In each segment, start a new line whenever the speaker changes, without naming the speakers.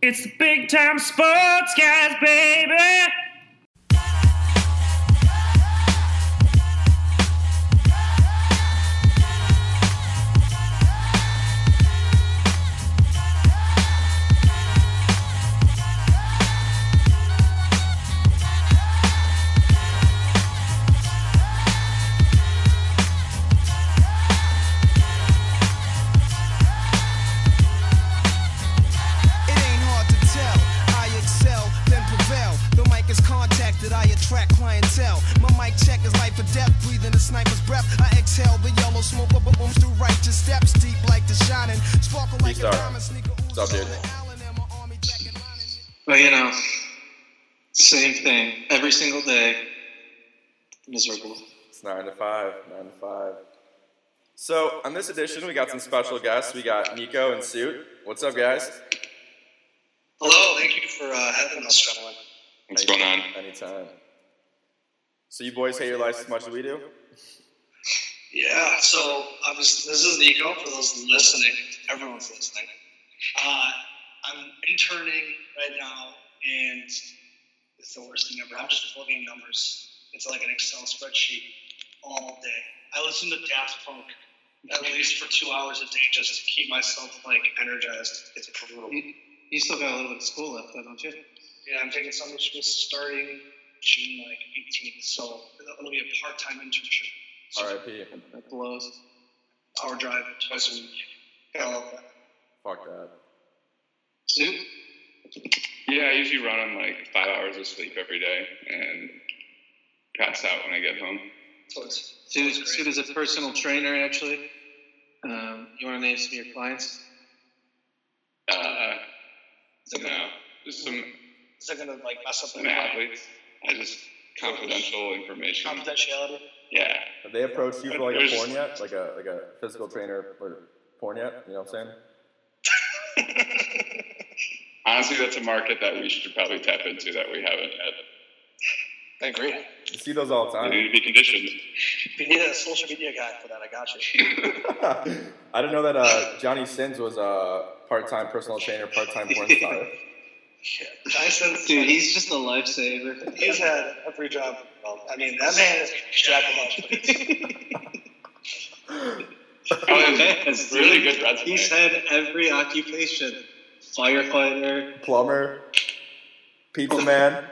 It's the big time sports guys, baby.
It ain't hard to tell. I excel, then prevail. The mic is contacted, I attract clientele. My mic check is life or death, breathing the sniper's breath. I exhale the yellow smoke, but booms through righteous steps, deep like the shining. Sparkle like a
Restart.
diamond, sneaker oozes
Stop there.
on the Allen and my army jacket lining.
Well, you know, same thing every single day. Miserable.
It's nine to five. Nine to five. So on this edition, we got some special guests. We got Nico and Suit. What's up, guys?
Hello, thank you for uh, having us, gentlemen.
What's going on?
Anytime. So you boys hate your lives as much as we do?
Yeah, so obviously, this is Nico for those listening. Everyone's listening. Uh, I'm interning right now, and it's the worst thing ever. I'm just plugging numbers. It's like an Excel spreadsheet all day. I listen to Daft Punk at least for two hours a day just to keep myself like energized. It's brutal.
You, you still got a little bit of school left, though, don't you?
Yeah, I'm taking summer school starting June like 18th, so it'll be a part-time internship.
R.I.P.
That blows.
Hour drive twice a week. Gotta love that.
Fuck that.
Soup?
Yeah, I usually run on like five hours of sleep every day and pass out when I get home.
So it's, so
Soup,
it's
Soup
great.
is a personal trainer, actually. Um, you want to name some of your clients?
Uh, no, just some,
Is that gonna like mess up
some
the
athletes. I just confidential information.
confidentiality?
Yeah.
Have they approached you for like a
There's-
porn yet? Like a like a physical trainer for porn yet? You know what I'm saying?
Honestly, that's a market that we should probably tap into that we haven't yet.
I agree.
You see those all the
We need
time.
to be conditioned.
You need a social media guy for that. I got you.
I didn't know that uh, Johnny Sins was a uh, part-time personal trainer, part-time porn star.
Dyson,
Dude, he's just a lifesaver.
he's had every job. Well, I mean, that man is jack of all trades.
Oh, it's really good resume.
He's had every occupation firefighter,
Plumber, pizza man,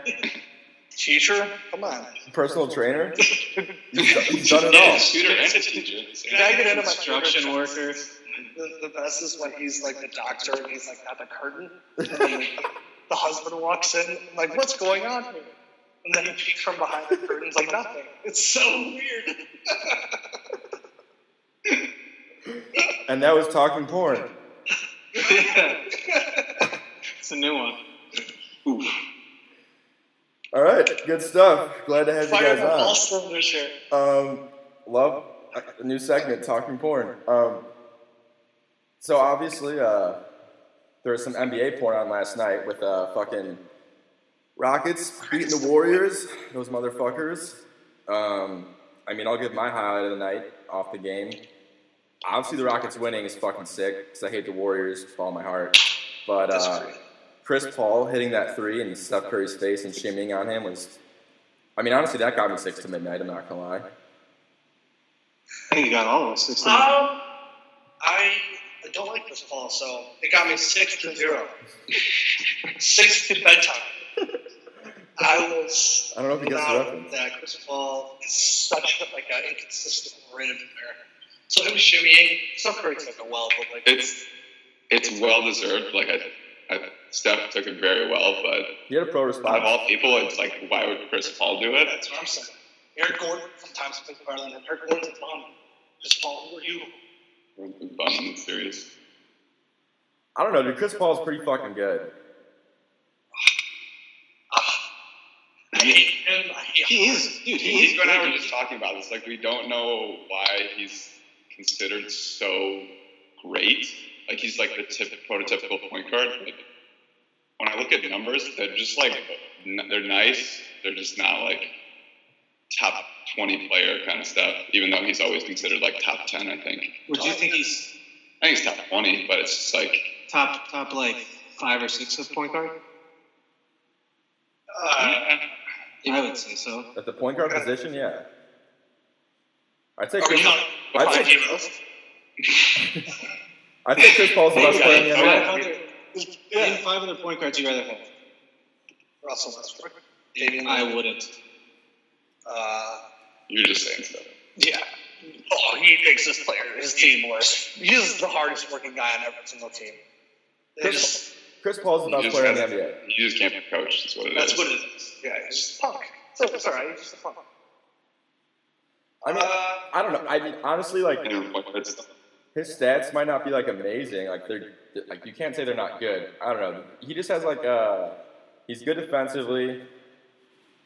Teacher, come on.
personal trainer. You've done, you've done it all.
Tutor and a teacher. at the same
Did I get into my
construction worker.
The, the best is when he's like the doctor and he's like at the curtain. And then, like, the husband walks in, I'm like, what's going on here? And then he peeks from behind the curtains, like, nothing. It's so weird.
And that was talking porn.
It's a new one.
All right, good stuff. Glad to have you
Fire on all
guys
cylinders here.
on. Um, love a new segment, talking porn. Um, so obviously, uh, there was some NBA porn on last night with uh, fucking Rockets beating the Warriors. Those motherfuckers. Um, I mean, I'll give my highlight of the night off the game. Obviously, the Rockets winning is fucking sick because I hate the Warriors with all my heart. But uh, Chris Paul hitting that three in Steph Curry's face and shimmying on him was. I mean, honestly, that got me six to midnight. I'm not gonna lie.
I think you got all of us. Six of them.
Um, I don't like this Paul, so it got me six to zero. six to bedtime. I was.
I don't know if he gets the
without
reference.
That Chris Paul is such a, like an inconsistent rate of America. So him shimmying, some Curry's like a well, but like
It's it's well deserved. Like I, I, Steph took it very well, but
He had a pro
out of
response.
all people, it's like why would Chris Paul do it?
that's what I'm saying. Eric Gordon sometimes plays better than him. Eric Gordon's a bum. Chris Paul, who are you?
Bum in the series.
I don't know, dude. Chris Paul's pretty fucking good.
I hate him. I hate
He is, dude, he
He's
is.
going. We're just talking about this. Like we don't know why he's considered so great. Like he's like the tip, prototypical point guard. Like when I look at numbers, they're just like n- they're nice. They're just not like top twenty player kind of stuff. Even though he's always considered like top ten, I think.
Would you think he's
I think it's top twenty, but it's just like
top, top like five or six at point guard?
eh,
Uh,
Yeah, I would say so.
At the point guard position, yeah. I'd say
are we
Chris,
counting
I'd
five
say-
heroes?
I'd say Chris Paul's the best player in the
Yeah.
NBA.
500 Name five other point guards you rather have.
Russell Westbrook. Damian
I
Lillard,
wouldn't.
Uh,
You're just saying stuff.
yeah. Oh, he makes his player, his team worse. He's the hardest working guy on every single team. They just,
Chris Paul's the
You
best
just,
player in the
gotta-
NBA.
you just can't be coached. That's what it is.
that's what it is. Yeah, he's just a punk. So it's all right. He's just a punk.
I mean,
Uh,
I don't know. I mean, honestly, like
And then, like, that's-
his stats might not be like amazing. Like they're like you can't say they're not good. I don't know. He just has like uh, he's good defensively.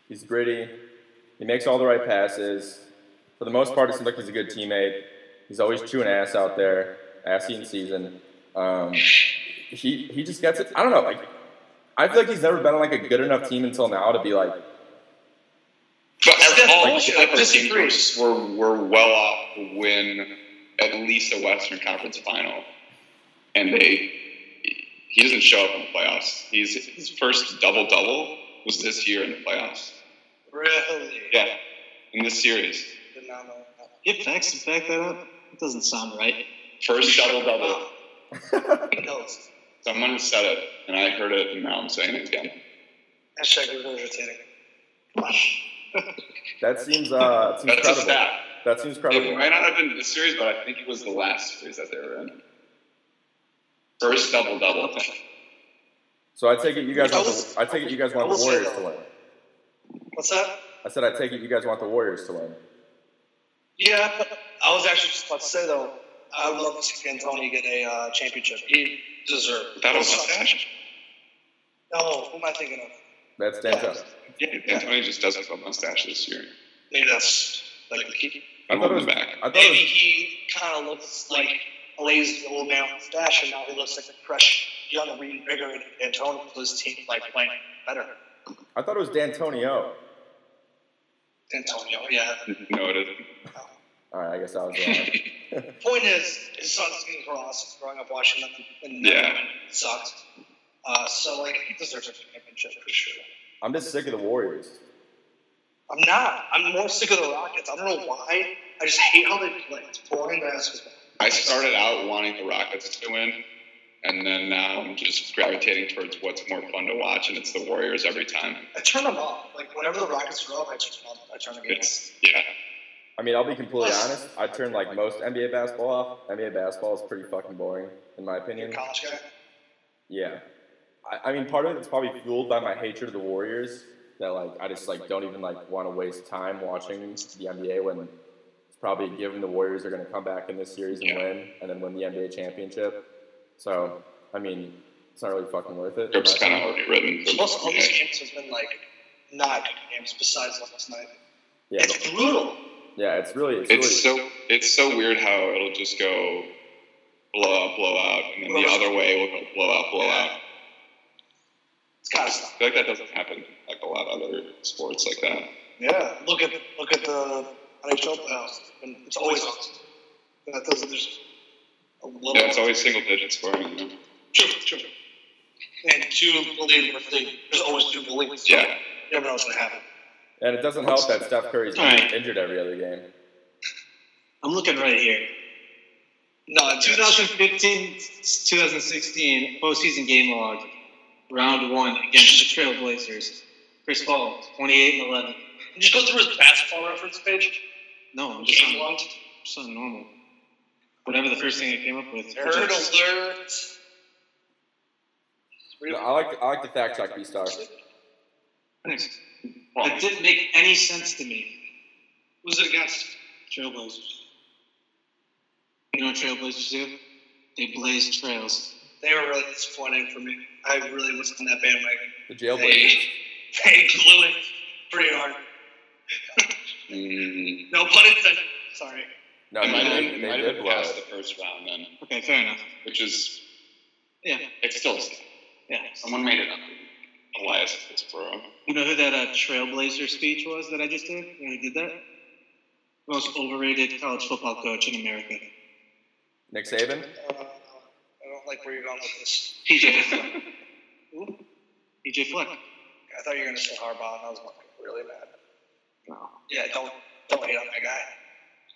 He's gritty. He makes all the right passes. For the most part, it seems like he's a good teammate. He's always chewing ass out there, ass eating season. Um, he he just gets it. I don't know. Like I feel like he's never been on like a good enough team until now to be like
But
That's
all
bullshit.
Clipper
Disagree.
teams were, were well off to win at least a Western Conference final. And they he doesn't show up in the playoffs. He's, his first double double was this year in the playoffs.
really?
Yeah, in this series.
Did not know that.
Get facts and back that up. It doesn't sound right.
First double double.
He knows.
Someone said it, and I heard it, and now I'm saying it again.
Hashtag regurgitating.
that seems uh it seems
That's a
credible.
stat.
That seems
It
credible.
might not have been this series, but I think it was the last series that they were in. First double double.
So I take it you guys
I
want
was-
the, I take it you guys want
I
the
was-
Warriors to win.
What's that?
I said I take it you guys want the Warriors to win.
Yeah, but I was actually just about to say though, I would love to see D'Antoni get a uh, championship. He deserves. it.
That was mustache.
No, who am I thinking of?
That's D'Antoni.
Yeah, D'Antoni just doesn't have a mustache this year.
Maybe that's like the key.
I
I'm
thought it
holding
was.
back.
I thought
Maybe
it
he kind of looks like a lazy old man with a stash, and now he looks like a fresh, young, reinvigorated D'Antoni with his team like playing better.
was. I thought it was D'Antonio.
D'Antonio, yeah.
No, it isn't.
All right, I guess I was wrong.
Point is, his son's getting cross growing up watching them, and
Yeah.
it sucks. Uh, so like, he deserves a championship for sure.
I'm just sick of the Warriors.
I'm not. I'm more sick of the Rockets. I don't know why. I just hate how they play. It's boring basketball.
I started out wanting the Rockets to win, and then now I'm just gravitating towards what's more fun to watch, and it's the Warriors every time.
I turn them off. Like whenever the Rockets are up, I turn them off. I turn the game off.
It's yeah.
I mean, I'll be completely honest. I turn like most NBA basketball off. NBA basketball is pretty fucking boring, in my
You're a
opinion.
college guy.
Yeah. I, I mean, part of it's probably fueled by my hatred of the Warriors. That like I just like don't even like want to waste time watching the NBA when it's probably given the Warriors are going to come back in this series and
Yeah.
win, and then win the NBA championship. So I mean, it's not really fucking worth it.
Script's kind of already written. For
Most of all these
the
games have been like not good games. Besides last night,
Yeah,
it's brutal.
yeah, it's really it's,
it's
really,
so it's so weird how it'll just go blow out, blow out, and then the
Well,
other way will go blow out, blow out.
It's gotta
I
stop.
feel like that doesn't happen like a lot of other sports like that.
Yeah. Look at look at the NHL playoffs. And it's always on. That doesn't. There's a little.
Yeah, it's always single digit scoring. you know?
true. True. And two believers. There's always two believers.
Yeah,
You never know what's gonna happen.
and it doesn't help that Steph Curry's
All right.
injured every other game.
I'm looking right here.
No, it's
2015 2016 postseason game log, round one against the Trailblazers. Chris Paul, 28 and 11.
Just go through his basketball reference page.
No, I'm just
Game
on,
log.
just on normal. Whatever the first thing I came up with.
Nerd alert.
No, I like I like the fact check B star.
Thanks. That didn't make any sense to me.
Who's it against?
Trailblazers. You know what Trailblazers do? They blaze trails.
They were really disappointing for me. I really was on that bandwagon.
The
They,
jailblazers.
they blew it pretty hard.
Mm,
No pun intended. Sorry.
No,
it might have
they,
been, it
they
might have
did
been
blow.
past the
it.
first round then,
Okay, fair enough.
which is
Yeah,
it's still
yeah.
someone made it up. Elias Fitzborough.
You know who that uh, Trailblazer speech was that I just did when I did that? Most overrated college football coach in America.
Nick Saban.
Uh, I don't like where you're going with this.
PJ Fleck. PJ E Fleck.
I thought you were going to say Harbaugh, and I was like, really mad.
No.
Yeah, don't don't hate on that guy.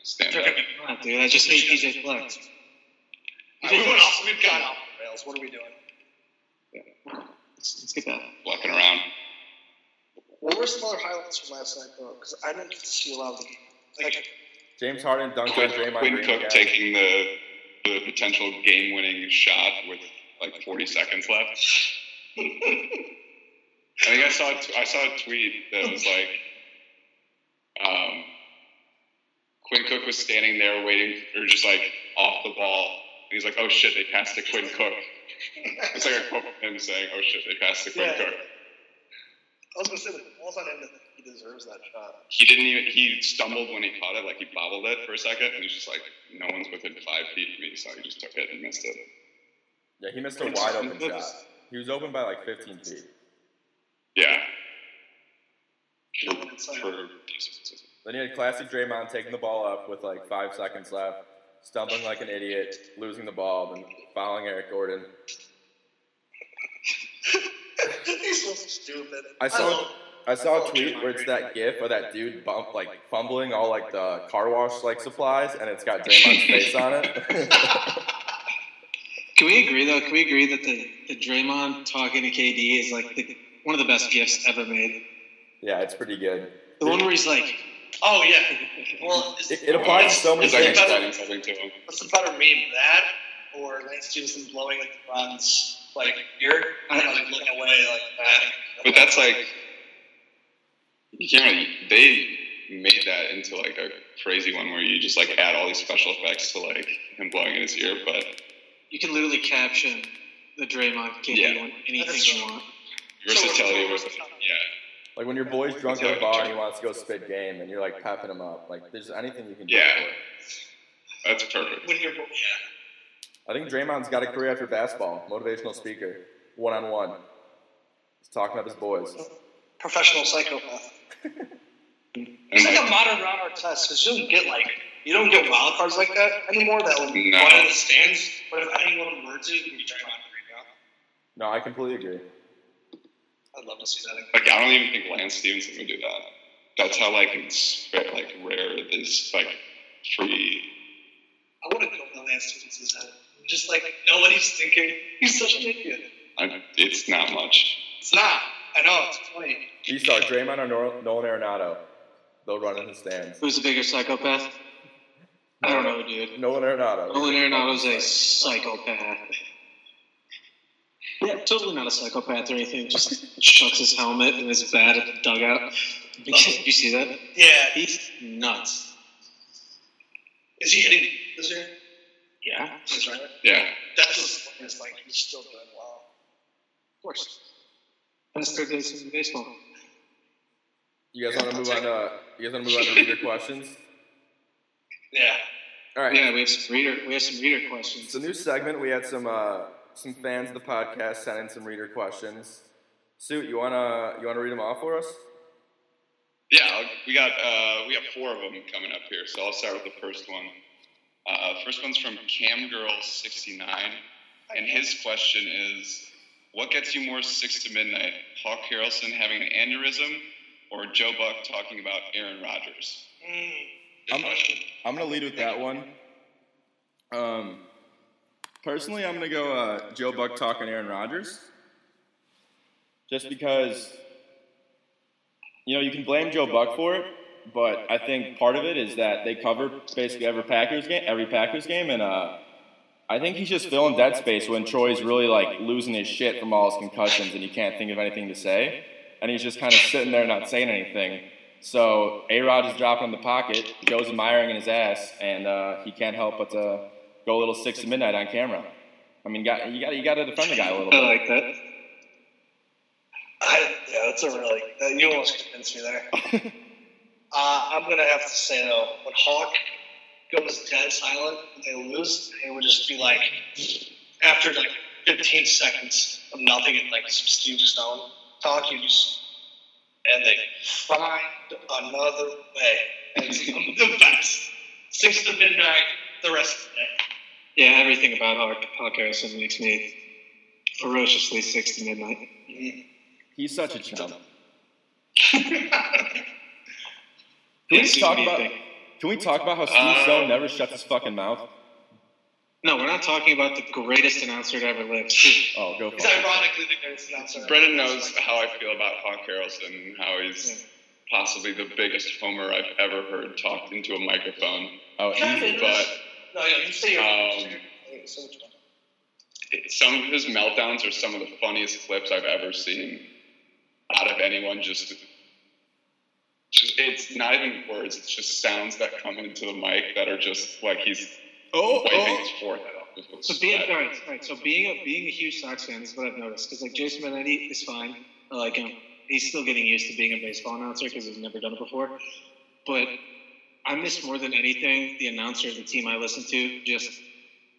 Stand up.
Come on, dude. I just hate PJ Fleck.
All right, we went off. We've gone off the rails. What are we doing?
Let's, let's get that.
Walking around.
What were some other highlights from last night, though? Because I didn't get to see a lot of the game. Like,
James Harden dunked on
Quinn,
Draymond
Quinn
Green
Cook
again.
taking the, the potential game winning shot with like 40 seconds left. I think I saw a t- I saw a tweet that was like, um, Quinn Cook was standing there waiting, or just like off the ball, and he's like, "Oh shit, they passed to Quinn Cook." It's like a quote from him saying, "Oh shit, they passed to Quinn
Yeah.
Cook."
I was going to say, the ball's on him, but he deserves that shot.
He didn't even. He stumbled when he caught it, like he bobbled it for a second, and he's just like, "No one's within five feet of me," so he just took it and missed it.
Yeah, he missed a wide open shot. He was open by like 15 feet.
Yeah. For,
Someone inside.
for-
Then he had classic Draymond taking the ball up with like five seconds left, stumbling like an idiot, losing the ball, then fouling Eric Gordon.
He's so stupid.
I saw
love-
I saw a
love
tweet
Draymond
where it's
Green.
that GIF of that dude bump like fumbling all like the car wash like supplies, and it's got Draymond's face on it.
Can we agree though? Can we agree that the, the Draymond talking to KD is like the, one of the best gifts ever made?
yeah, it's pretty good.
The one where he's like,
Oh yeah. Well, is,
It, it applies to so many
It's like
things.
explaining something to him.
what's the better meme, that or Lance Stevenson blowing like LeBron's like ear and then, like looking away like that?
But that's like, you can't really, they made that into like a crazy one where you just like add all these special effects to like him blowing in his ear, but
you can literally caption the Draymond KD
Yeah.
one anything you want.
versatility was, yeah.
Like when your boy's drunk at a bar and he wants to go spit game, and you're like pepping him up. Like there's anything you can do.
Yeah.
For it.
That's perfect.
when you're yeah.
I think Draymond's got a career after basketball. Motivational speaker, one on one. He's talking up his boys.
professional psychopath.
And
It's like a
like,
modern round test because you don't get like you don't get wild cards like that anymore. That like
No.
one in the stands. But if anyone were to, you can try on right now.
No, I completely agree.
I'd love to see that. Again.
like, I don't even think Lance Stevenson would do that. That's how like, it's, like rare this like free
I want to go with Lance Stevenson's head. Just like nobody's thinking he's such an idiot.
I, it's not much.
It's not. I know it's funny.
You saw Draymond or Nor- Nolan Arenado. They'll run in the stands.
Who's the bigger psychopath? I don't know, dude.
Nolan Arenado.
Nolan Arenado's a psychopath. Yeah, totally not a psychopath or anything. Just chucks his helmet and is bad at the dugout. you see that?
Yeah.
He's nuts.
Is he hitting this year?
Yeah, of
That's right.
Yeah.
That's what's funny. It's like he's still doing well.
course. Best third base in baseball.
You guys want to move on to you guys want to move on to reader questions?
Yeah.
All right.
Yeah, we have some reader. We have some reader questions.
It's a new segment. We had some uh, some fans of the podcast send in some reader questions. Suit, you wanna you wanna read them off for us?
Yeah, I'll- we got uh, we got four of them coming up here, so I'll start with the first one. Uh, first one's from Camgirl69, and his question is, what gets you more six to midnight? Hawk Harrelson having an aneurysm, or Joe Buck talking about Aaron Rodgers? Good
I'm-
question.
I'm gonna lead with that one. Um, personally, I'm gonna go uh, Joe Buck talking Aaron Rodgers, just because you know you can blame Joe Buck for it, but I think part of it is that they cover basically every Packers game, every Packers game, and uh, I think he's just filling dead space when Troy's really like losing his shit from all his concussions and he can't think of anything to say, and he's just kind of sitting there not saying anything. So A Rod is dropping in the pocket, Joe's admiring in his ass, and uh, he can't help but to go a little six to midnight on camera. I mean, got, you got you got to defend the guy a little
I
bit.
like that.
I, yeah, that's a really. uh, you almost convinced me there. uh, I'm gonna have to say though, when Hawk goes dead silent and they lose, it would just be like after like 15 seconds of nothing and like some Steve Stone talk, you just and they find another way. It's the best. Six to midnight, the rest of the day.
Yeah, everything about Hawk, Hawk Harrison makes me ferociously six to midnight.
He's such a chump.
Yeah,
Can we
Steve,
talk
what do you
about?
think?
Can we talk about how Steve
Uh,
So never shuts his fucking mouth?
No, we're not talking about the greatest announcer to ever live. Steve.
Oh, go for
It's
it.
ironically the greatest announcer. ever.
Brennan knows how I feel about Hawk Harrelson and how he's possibly the biggest homer I've ever heard talked into a microphone.
Oh,
Kind of,
easy.
but-
no, yeah, you say your
Um,
Hey, so much fun.
It- Some of his meltdowns are some of the funniest clips I've ever seen out of anyone. Just, just- it's not even words. It's just sounds that come into the mic that are just like he's
Oh,
wiping
oh.
his forehead off. with
So being
sweat.
all right, all right, so being a being a huge Sox fan is what I've noticed. Because like Jason Benetti is fine, I like him. He's still getting used to being a baseball announcer because he's never done it before. But I miss more than anything the announcer of the team I listen to just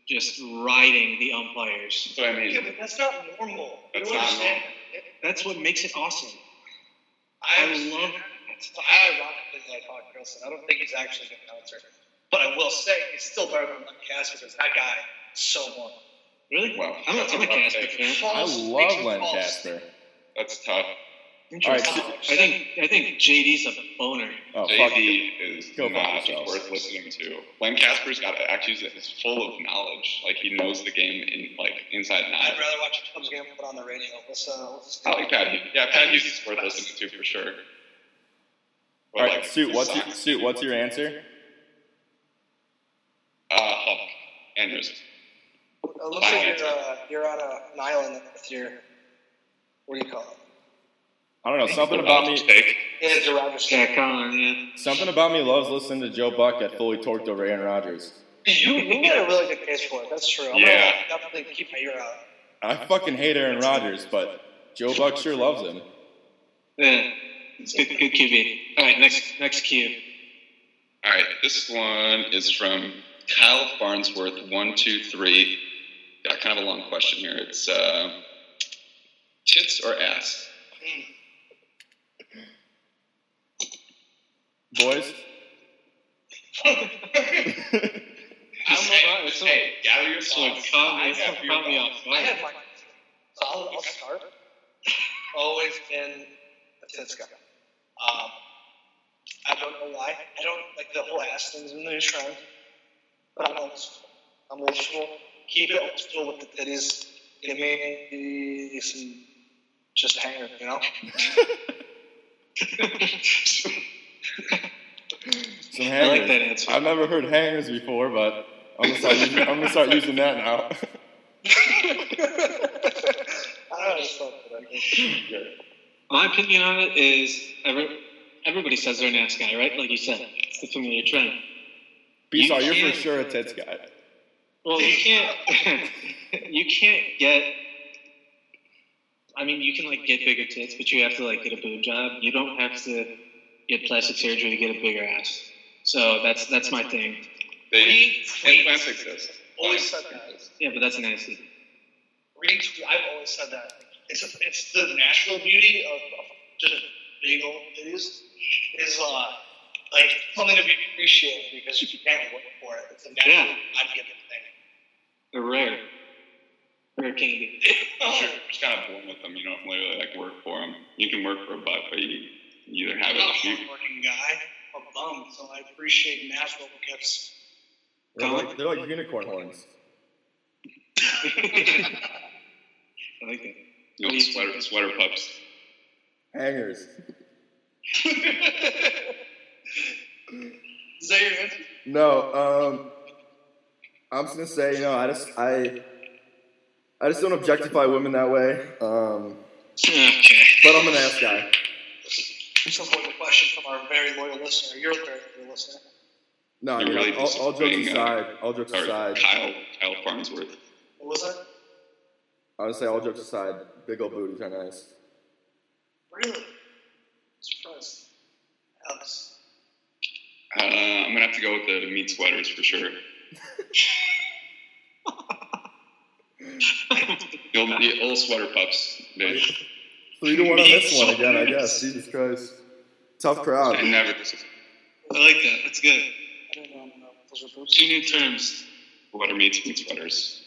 just riding the umpires.
That's what I mean.
Yeah, but that's not normal. You
That's
don't
not
understand
normal.
that.
That's what makes it awesome.
I
I
understand
love
that. So I ironically like Hawk Wilson. I don't think he's actually a good announcer. But I will say he's still better than Len Casper because that guy is so won.
Really?
Wow,
I'm a,
that's
I'm
a
a
rough
Casper
take.
fan.
I
False, makes
love
you
Len
false.
Casper.
That's tough.
Interesting.
All right, so-
I think I think JD's a boner.
Oh, fuck.
JD is
Go fuck
not
yourselves.
worth listening to. Len Casper's got actually is full of knowledge. Like he knows the game in like inside and
I'd
out.
rather watch a Cubs game put on the radio. Let's, uh, let's
I like Pat Hughes. Yeah, Pat Hughes is worth listening to for sure. But,
All right,
like,
Suit,
the
what's your,
Sox-
Suit, what's your answer?
Uh, Hulk Andrews.
It looks like you're, uh, you're on a, an island with your, what do you call it?
I don't know. Something about
Hawk's
me.
take.
It is a Roger
Jack
Stack.
Collin, yeah.
Something about me loves listening to Joe Buck get fully torqued over Aaron Rodgers.
You, you made a really good case for it. That's true. I'm
Yeah.
gonna definitely keep my ear out.
I fucking hate Aaron Rodgers, but Joe Buck sure loves him.
Yeah. It's good, good QB. All right, next next cue.
All right, this one is from Kyle Farnsworth, one, two, three. Got kind of a long question here. It's uh, tits or ass?
Hmm.
Boys,
I'm
Hey, hey,
gather your
So it caught me, it caught me off
I
guard.
have my, so I'll, I'll start. Always been a tits guy. Um, I don't know why. I don't like the whole ass thing's a new trend, but I'm old school. I'm old school. Keep it old school with the titties. Give me some just a hanger, you know?
some
I
hangers.
like that answer.
I've never heard hangers before, but I'm gonna start using, I'm gonna start using that now.
I don't know, just felt good.
My opinion on it is every, everybody says they're an ass guy, right? Like you said, it's the familiar trend.
B Saw,
You
you're for
can't-
sure a tits guy.
Well, you can't you can't get. I mean, you can like get bigger tits, but you have to like get a boob job. You don't have to get plastic surgery to get a bigger ass. So that's that's my thing.
They,
Retweet.
implants exist.
Always said that.
Yeah, but that's nasty.
Retweet. I've always said that. It's it's the natural beauty of, of just big old titties is uh like something to be appreciated because you can't wait for it. It's a natural
Yeah.
God given thing.
They're rare, rare candy.
Sure, just kind of born with them. You don't really like work for them. You can work for a butt, but you, you either have
I'm
it.
not a
or you-
hardworking guy. I'm a bum, so I appreciate natural gifts.
They're like, they're like unicorn horns.
I like that.
You know, sweater, sweater pups.
Hangers.
Is that your answer?
No, um, I'm just gonna say, you know, I just I I just don't objectify women that way. Um,
Okay.
but I'm an ass guy.
Just a loyal question from our very loyal listener. You're a very loyal listener.
No, I
You're
mean,
really
all, all jokes
disappointing, uh,
aside, all jokes
Or
aside,
Kyle, Kyle Farnsworth.
What was that?
I would say all jokes aside, big old booties are nice.
Really? Surprised. Alex.
Uh, I'm gonna have to go with the meat sweaters for sure. the old, the old sweater pups. They,
Three to one on this one again, I guess. Jesus Christ, tough crowd.
they never.
I like that. That's good.
I don't know. Those are boobs.
Two new terms.
sweater meets meat sweaters.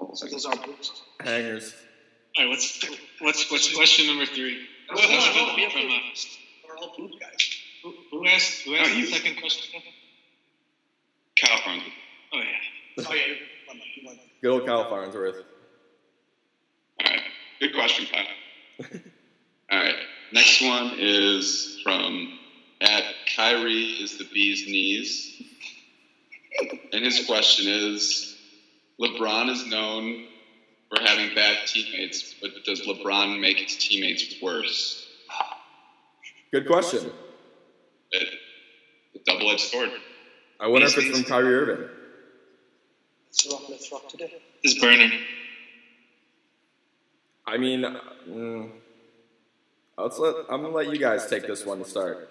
Those are boots.
Hangers.
All right, what's what's what's question number three?
No, no, no, we have
From, uh,
They're all boot guys.
who, who asked who asked
No,
the
you-
second question?
Kyle Farnsworth.
Oh yeah.
Oh, yeah. you won that, you won that.
Good old Kyle Farnsworth.
All right. Good question, Kyle. All right. Next one is from at Kyrie is the bee's knees. And his question is LeBron is known for having bad teammates, but does LeBron make his teammates worse?
Good question.
It, a double edged sword.
I wonder if it's from Kyrie Irving.
Let's rock, let's rock today.
Is burning.
I mean, mm, let's let, I'm gonna let you guys take this one to start.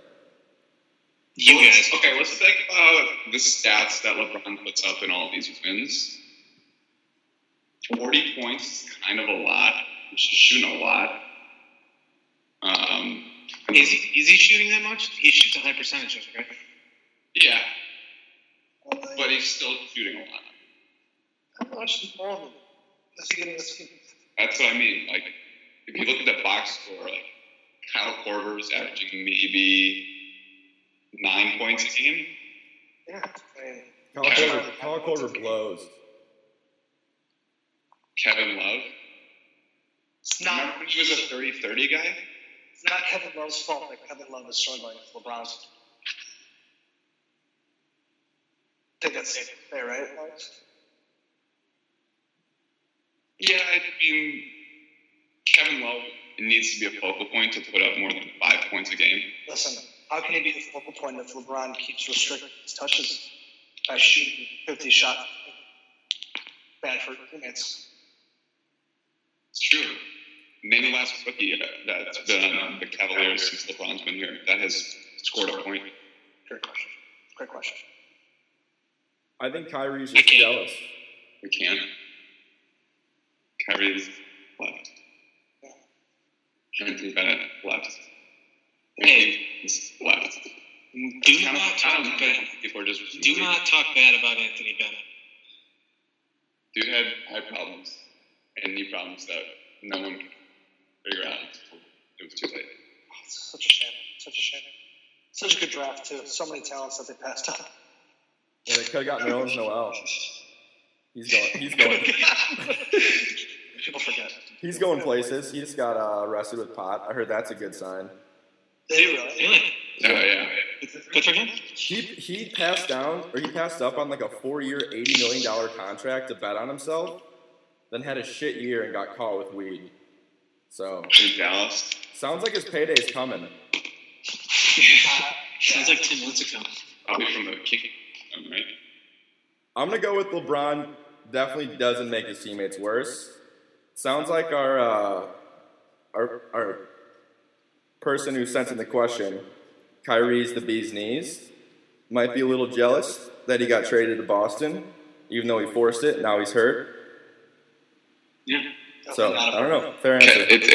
You
Well,
guys.
Okay, let's think about the stats that LeBron puts up in all these wins. 40 points is kind of a lot. He's shooting a lot. Um,
Is he, is he shooting that much? He shoots a high percentage of it, right?
yeah, but he's still shooting a lot.
I'm watching all of them. That's the beginning of the season.
That's what I mean. Like, if you look at the box score, like, Kyle Korver's averaging maybe nine points a game.
Yeah. And
Kyle Korver, Kyle Korver blows.
Kevin Love.
It's not,
Remember when he was a 30 30 guy?
it's not Kevin Love's fault that Kevin Love is struggling with LeBron's. I think that's safe to say, right? Alex?
Yeah, I mean, Kevin Love needs to be a focal point to put up more than five points a game.
Listen, how can he be the focal point if LeBron keeps restricting his touches by shooting 50 shot? Bad for teammates.
It's true. Name the last rookie uh, that's been on the Cavaliers since LeBron's been here that has scored a point.
Great question. Great question.
I think Kyrie's just jealous.
We can't. Kyrie's left. Anthony Bennett left.
Hey.
He's left.
Do not talk bad.
People are just
Do not talk bad about Anthony Bennett.
Dude had eye problems and knee problems that no one could figure out. until It was too late.
It's such a shame. Such a shame. Such a good draft, too. So many talents that they passed up.
Yeah, they could have gotten Nerlens Noel. He's going. He's going.
People forget.
He's going places. He just got uh, arrested with pot. I heard that's a good sign.
They really.
Really?
Oh, yeah.
Good for him.
He he passed down or he passed up on like a four-year, eighty million dollar contract to bet on himself. Then had a shit year and got caught with weed. So
Dude, Dallas.
sounds like his payday's coming.
Sounds like ten minutes ago.
Probably from the King, um, right?
I'm gonna go with LeBron. Definitely doesn't make his teammates worse. Sounds like our uh, our our person who sent in the question, Kyrie's the bee's knees, might be a little jealous that he got traded to Boston, even though he forced it. Now he's hurt.
Yeah.
So I don't know. Fair answer.
It's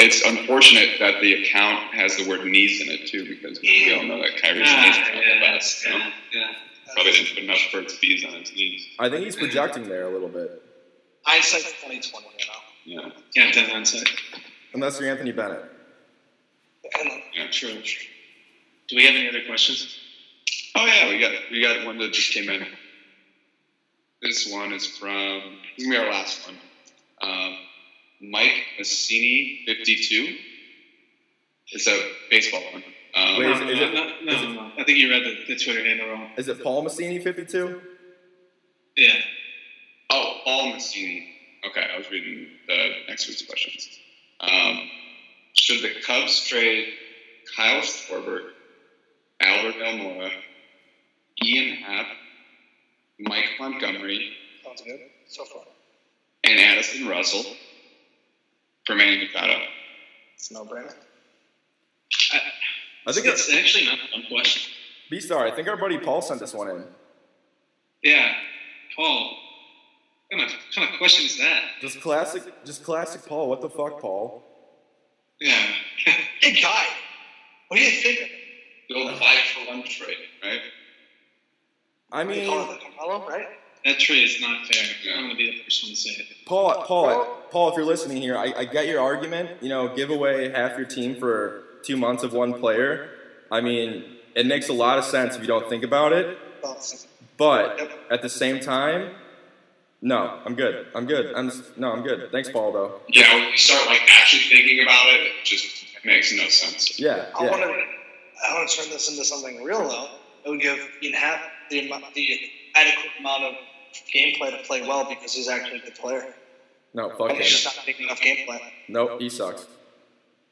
it's it's unfortunate that the account has the word knees in it too, because we all know that Kyrie's knees
Ah,
are not the
yeah,
best. you know?
yeah, yeah.
Probably didn't put enough bird's bees on his knees.
I think he's projecting there a little bit,
Hindsight's 2020, you know.
Yeah,
Yeah, that hindsight.
unless you're Anthony Bennett.
And then,
yeah, true.
Do we have any other questions?
Oh yeah, we got we got one that just came in. This one is from this is gonna be our last one. Um, Mike Massini, fifty-two. It's a baseball one. Um,
Wait,
no,
is it-
no,
is
no,
it-
no, no,
is it-
no. I think you read the, the Twitter handle wrong.
Is it Paul Messini, 52?
Yeah.
Oh, Paul Mancini. Okay, I was reading the next week's questions. Um, should the Cubs trade Kyle Schwarber, Albert Elmora, Ian Happ, Mike Montgomery,
sounds good. So far,
and Addison Russell for Manny Machado?
it's a no-brainer.
I think
it's actually not one question.
B Star. I think our buddy Paul sent this one in.
Yeah, Paul. What kind of, kind of question is that?
Just classic. Just classic Paul. What the fuck, Paul?
Yeah.
Big guy. What do you think?
They'll fight for one trade, right?
I
They
mean,
call it the Oh, Carmelo, right?
That trade is not fair.
Yeah.
I'm going to be the first one to say it.
Paul, Paul, Paul, if you're listening here, I, I get your argument. You know, give away half your team for two months of one player. I mean, it makes a lot of sense if you don't think about it. But at the same time, no, I'm good. I'm good. I'm no, I'm good. Thanks, Paul. Though.
Yeah, when you start like actually thinking about it, it just makes no sense.
Yeah.
I want
Yeah.
to. I want to turn this into something real though. It would give Ian half the amount, the adequate amount of gameplay to play well because he's actually a good player.
No.
But
Fuck
he's just
him.
not making enough gameplay.
Nope. He sucks.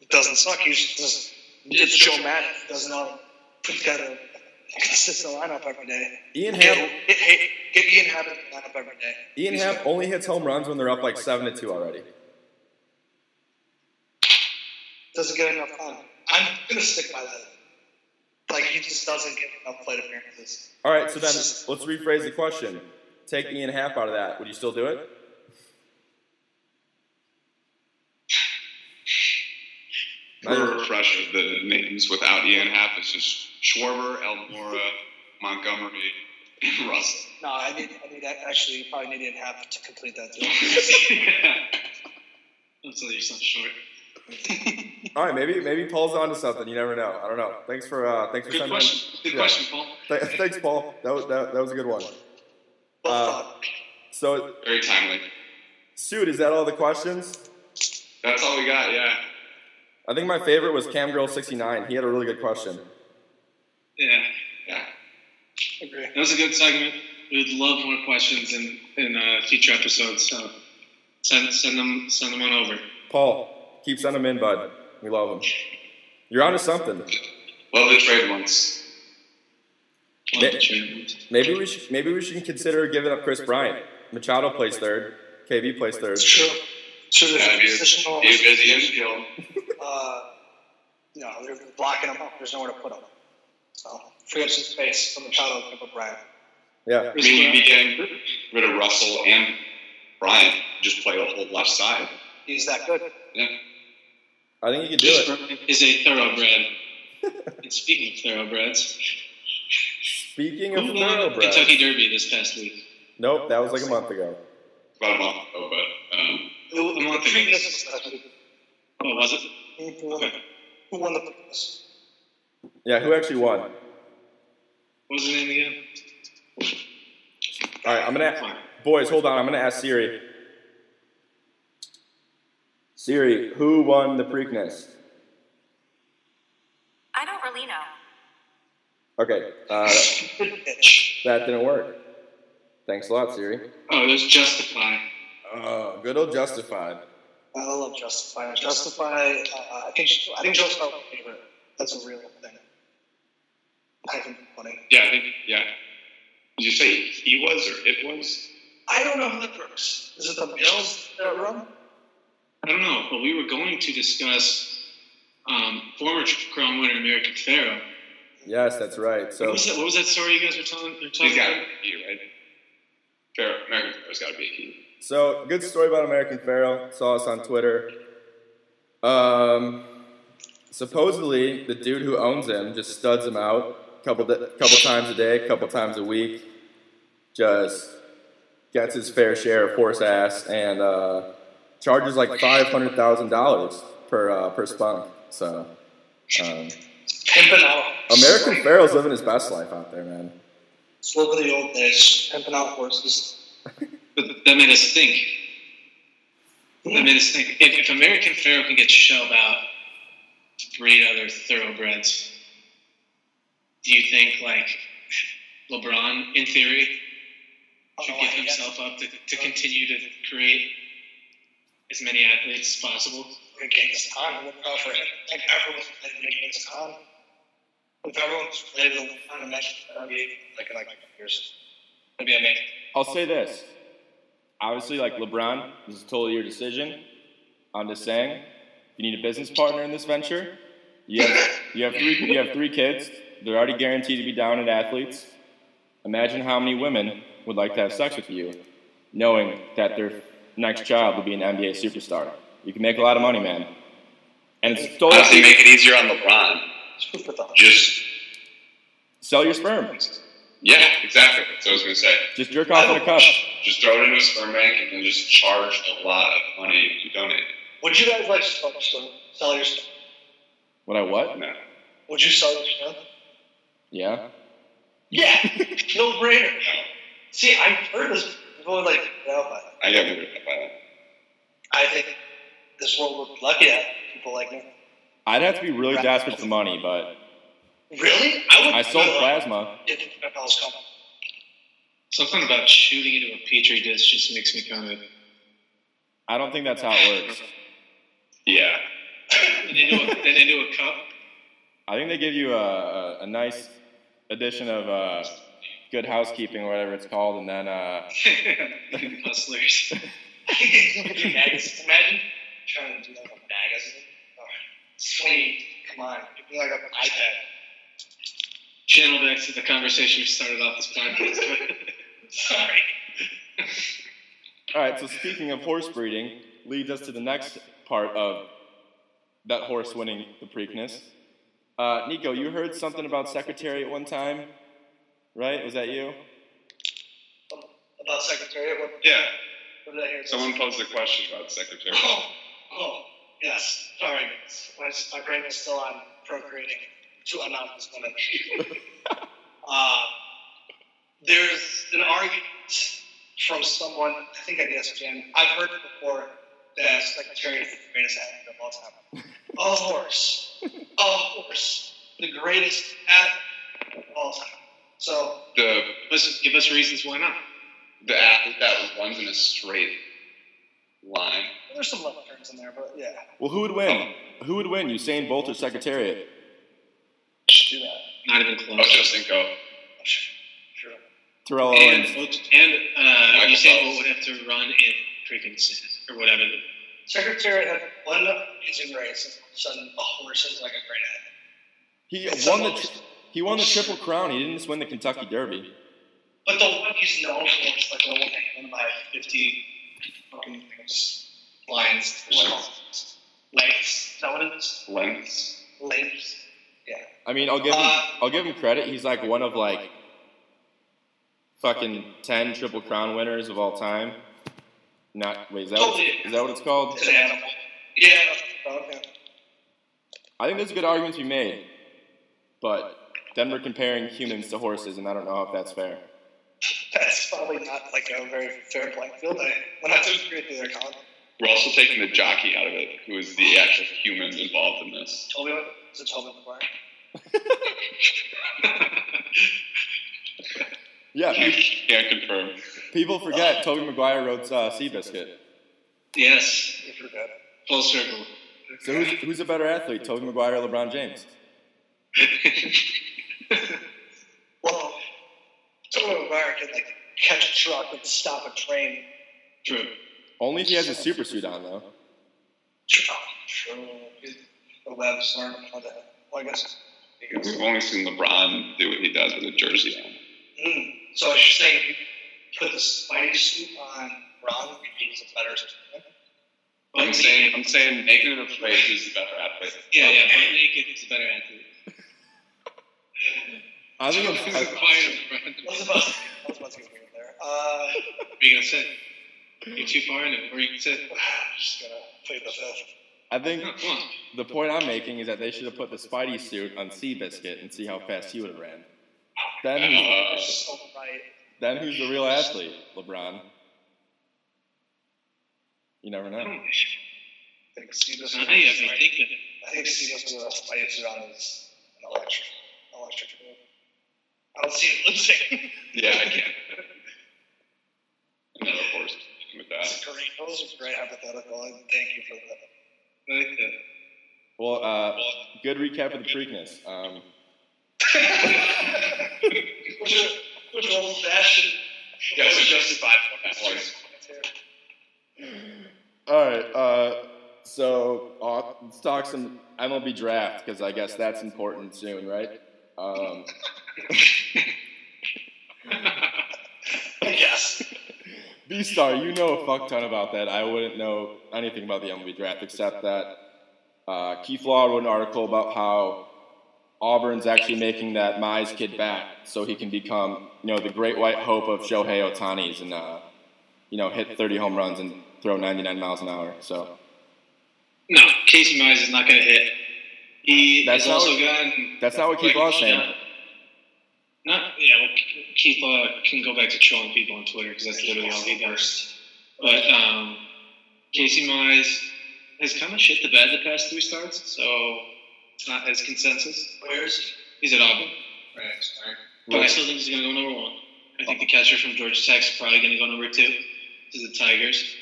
It doesn't suck. He's just it's Joe Madden. He doesn't know how to put together a consistent lineup every day.
Ian
Get,
Happ.
get, hey, get Ian Happ in the lineup every day.
Ian
He's
Happ only hits home runs when they're up like seven to two already.
doesn't get enough fun. I'm gonna stick by that. Like he just doesn't get enough plate appearances.
All right. So then let's rephrase the question. Take Ian Happ out of that. Would you still do it?
For a refresher, the names without Ian Happ is just Schwarber, Elmora, Montgomery, and Russell.
No, I need, I need actually you probably need Ian Happ to complete that deal.
Don't sell yourself short.
All right, maybe maybe Paul's onto something. You never know. I don't know. Thanks for uh, thanks for
Good
sending.
question. Good
Yeah.
question, Paul.
Th- thanks, Paul. That was that, that was a good one.
Well,
Uh, So,
Very timely.
Suit, is that all the questions?
That's all we got. Yeah.
I think my favorite was Cam Girl sixty nine. He had a really good question.
Yeah.
Yeah.
agree.
That was a good segment. We would love more questions in, in uh, future episodes, so send, send, them, send them on over.
Paul, keep sending them in, bud. We love them. You're onto something.
Love the trade ones.
Love the trade.
Maybe we should, maybe we should consider giving up Chris Bryant. Machado plays third. KB plays third.
It's true. Sure, there's
That'd
a
be
positional.
a, be a busy infield.
Uh, you know, they're blocking him up. There's nowhere to put him. So free up some space from the shadow of Pepper Bryant.
Yeah,
I mean, you'd be getting rid of Russell and Bryant. Just play the whole left side.
He's that good.
Yeah.
I think you could do
Chris
it.
Bryant is a thoroughbred. and speaking of thoroughbreds,
Speaking of
who won the
thoroughbreds,
Kentucky Derby this past week?
nope, that was like a month ago.
About a month ago, but um,
Who,
I'm
the
not thinking-
previous,
What Oh, was it?
who won the- who won the previous?
Yeah, who actually won?
What was the name again?
All right, I'm gonna. Boys, hold on. I'm gonna ask Siri. Siri, who won the Preakness?
I don't really know.
Okay, uh,
Good pitch.
that didn't work. Thanks a lot, Siri.
Oh, it was Justify.
Oh, good old Justified.
I love Justify. Justify. Uh, I think she, I think Justify was my favorite. That's a real thing. I haven't been funny.
yeah, I think, yeah. Did you say he was or it was?
I don't know how that works. Is it the Bills that run?
I don't know, but we were going to discuss um, former Crown winner American Pharaoh.
Yes, that's right.
What
So
was that? What was that story you guys were telling? You're
He's
talking
got to
about?
be a key, right? Fair, American Fair's got to be a key.
So, good story about American Pharaoh. Saw us on Twitter. Um, supposedly, the dude who owns him just studs him out a couple, di- couple times a day, a couple times a week. Just gets his fair share of horse ass and uh, charges like $500,000 per, uh, per spunk. So, um,
Pimping out.
American Pharaoh's living his best life out there, man.
It's living the old days. Pimping out horses.
But that made us think. That made us think. If, if American Pharaoh can get shelled out, three other thoroughbreds, do you think like LeBron, in theory,
Oh, I
should
don't know
give
why he got-
himself up to, to continue to create as many athletes as possible?
I think Genghis Khan would go for it. Like everyone's played with Genghis Khan. If everyone's played with Khan, imagine that'd be like in like five years. That'd be amazing.
I'll say this. Obviously, like LeBron, this is totally your decision. I'm just saying, you need a business partner in this venture. You have, you have three you have three kids. They're already guaranteed to be dominant athletes. Imagine how many women would like to have sex with you, knowing that their next child will be an NBA superstar. You can make a lot of money, man. And it's totally
Honestly, make it easier on LeBron.
Super thought.
Just
sell your sperm.
Yeah, exactly. So I was going to say.
Just jerk off in a cup.
Just throw it into a sperm bank and then just charge a lot of money to donate.
Would you guys like to sell your stuff? Sell your stuff?
Would I what?
No.
Would you sell your stuff?
Yeah.
Yeah, no brainer. See, I've heard this before, like, you know, but
I get weird about it.
I think this world would be lucky to have people like me.
I'd have to be really desperate for money, but
Really? I would.
I sold
do it
plasma.
If if I was coming.
Something about shooting into a petri dish just makes me kind of.
I don't think that's how it works.
Yeah.
And into a, then into a cup.
I think they give you a, a, a nice addition of uh, good housekeeping or whatever it's called, and then uh,
Hustlers.
magazine. Imagine trying to do like a magazine or sweet. Come on, it'd be like an iPad.
Channel back to the conversation we started off this podcast with.
Sorry.
all right. So speaking of horse breeding, leads us to the next part of that horse winning the Preakness. Uh, Nico, you heard something about secretary at one time, right? Was that you?
About secretariat. What,
Yeah.
what did I hear?
Someone posed a question about secretary.
Oh, oh, yes. Sorry, guys. My, my brain is still on procreating to anonymous women. uh, there's an argument from someone, I think E I guess Jen, I've heard it before, that Secretary of the greatest athlete of all time. A horse. A horse. The greatest athlete of all time. So,
The
Let's give us reasons why not.
the athlete that runs in a straight line.
there's some left turns in there, but yeah,
Well, who would win? Who would win, Usain Bolt or Secretariat?
should do that.
Not even
Oh,
close.
Justin Go.
I'm sure. sure.
Terrell
And,
Owens.
and uh, you say
Phelps.
Bolt would have to run in freaking sand or whatever.
Secretary had one amazing race, and all of a sudden a horse is like a great athlete.
He
It's
won the
almost-
tri- he won the triple crown. He didn't just win the Kentucky Derby.
But the one he's known for is like the one that won by 50 fucking things. Lions.
Lengths.
Lengths. Is that what it is?
Lengths.
Lengths. Yeah.
I mean, I'll give him
Uh,
I'll give him credit. He's like one of like fucking ten triple crown winners of all time. Not wait, is that what it's, is that what it's called?
It's an animal. Yeah. Okay.
I think there's a good argument to be made, but then we're comparing humans to horses, and I don't know if that's fair.
That's probably not like a very fair playing field. I, when I took grade theory, Colin
We're also taking the jockey out of it, who is the actual human involved in this.
told me what is it told me before.
Yeah,
You
pe-
can't confirm.
people forget Toby Maguire rode uh, Seabiscuit.
Yes,
If you're good.
full circle.
So who's, who's a better athlete, Toby Maguire or LeBron James?
Well, Total Maguire can like catch a truck and stop a train.
True.
Only if he has a super suit on, though.
Oh, true. The webs aren't for that. Well, I guess.
We've only seen LeBron do what he does with a jersey on.
Mm. So I should say, if you put the Spidey suit on Ron, he's a better.
Butt
I'm saying, I'm saying naked and afraid is the better athlete.
Yeah, yeah. Butt naked is a better athlete.
I think I'm,
Quiet,
I,
friend.
I was about to, I was about to get weird there. Uh,
What are you gonna say? You're too far in it. Or you can say,
I'm just gonna play the fifth.
I think
no, come on.
the point I'm making is that they should have put the Spidey suit on Seabiscuit and see how fast he would have ran. Then, who-
Uh,
So right.
then who's the real athlete, LeBron? You never
I
know.
don't-
I think Steve
Now you have me thinking.
I think Steve was with a Spidey suit on his an electric, electric move. I don't see it losing.
yeah, I can't. Another horse with that.
That's great. That was a great hypothetical. And thank you for that.
I like that.
Well, uh, good recap of the Preakness. Um,
Which is which is old fashioned.
Yeah, so justified for that horse.
all right, uh, so uh, let's talk some MLB draft because I guess that's important soon, right? Um,
Yes.
B Star, you know a fuck ton about that. I wouldn't know anything about the MLB draft except that uh, Keith Law wrote an article about how Auburn's actually making that Mize kid back so he can become, you know, the great white hope of Shohei Otani's and, uh, you know, hit 30 home runs and throw 99 miles an hour. So
No, Casey Mize is not going to hit. He
That's
has
not
also
what-
gotten.
that's not what Keith Law's saying.
Not yeah. Well, Keith Law can go back to trolling people on Twitter because that's literally all he does. But um, Casey Mize has kind of shit the bed the past three starts, so it's not as consensus.
Where is he?
He's at Auburn,
Right, sorry.
but I still think he's going to go number one. I think the catcher from Georgia Tech is probably going to go number two to the Tigers,